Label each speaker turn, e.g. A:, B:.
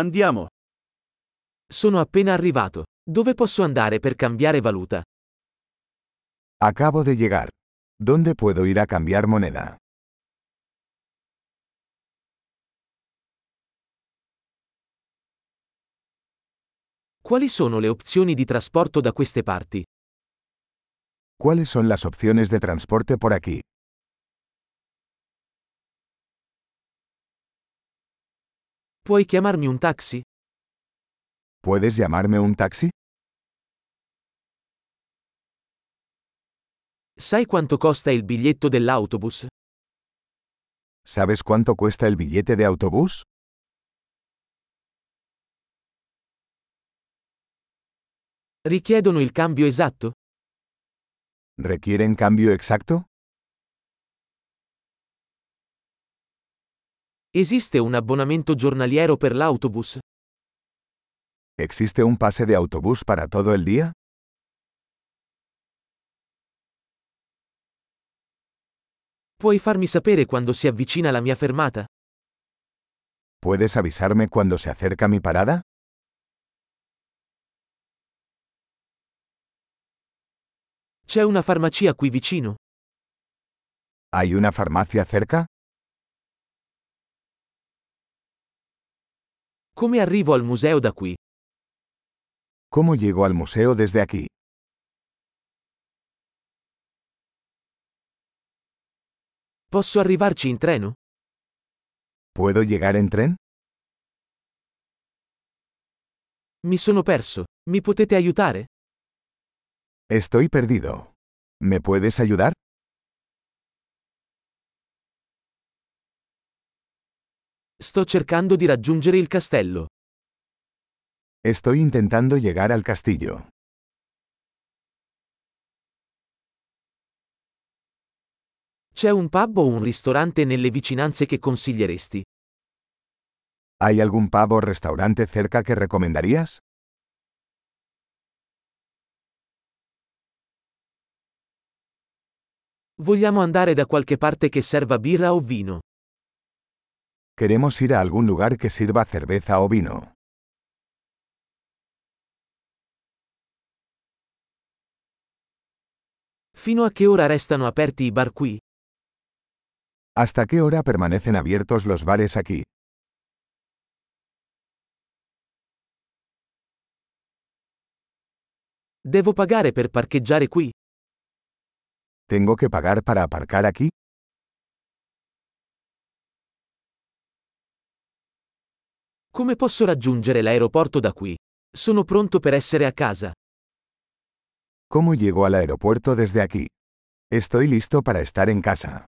A: Andiamo.
B: Sono appena arrivato. Dove posso andare per cambiare valuta?
C: Acabo de llegar. ¿Dónde puedo ir a cambiar moneda?
B: Quali sono le opzioni di trasporto da queste parti?
C: ¿Cuáles son las opciones de transporte por aquí?
B: Puoi chiamarmi un taxi?
C: ¿Puedes llamarme un taxi?
B: Sai quanto costa il biglietto dell'autobus?
C: ¿Sabes cuánto cuesta el billete de autobús?
B: Richiedono il cambio esatto?
C: ¿Requieren cambio exacto?
B: Esiste un abbonamento giornaliero per l'autobus?
C: ¿Existe un pase de autobús para todo el día?
B: Puoi farmi sapere quando si avvicina la mia fermata?
C: ¿Puedes avisarme cuando se acerca mi parada?
B: C'è una farmacia qui vicino?
C: ¿Hay una farmacia cerca?
B: Come arrivo al museo da qui?
C: ¿Cómo llego al museo desde aquí?
B: Posso arrivarci in treno?
C: ¿Puedo llegar en tren?
B: Mi sono perso. Mi potete aiutare?
C: Estoy perdido. ¿Me puedes ayudar?
B: Sto cercando di raggiungere il castello.
C: Estoy intentando llegar al castillo.
B: C'è un pub o un ristorante nelle vicinanze che consiglieresti?
C: ¿Hay algún pavo o restaurante cerca que recomendarías?
B: Vogliamo andare da qualche parte che serva birra o vino.
C: Queremos ir a algún lugar que sirva cerveza o vino.
B: Fino a che ora restano aperti i bar qui?
C: ¿Hasta qué hora permanecen abiertos los bares aquí?
B: Devo pagare per parcheggiare qui?
C: ¿Tengo que pagar para aparcar aquí?
B: Come posso raggiungere l'aeroporto da qui? Sono pronto per essere a casa.
C: ¿Cómo llego al aeropuerto desde aquí? Estoy listo para estar en casa.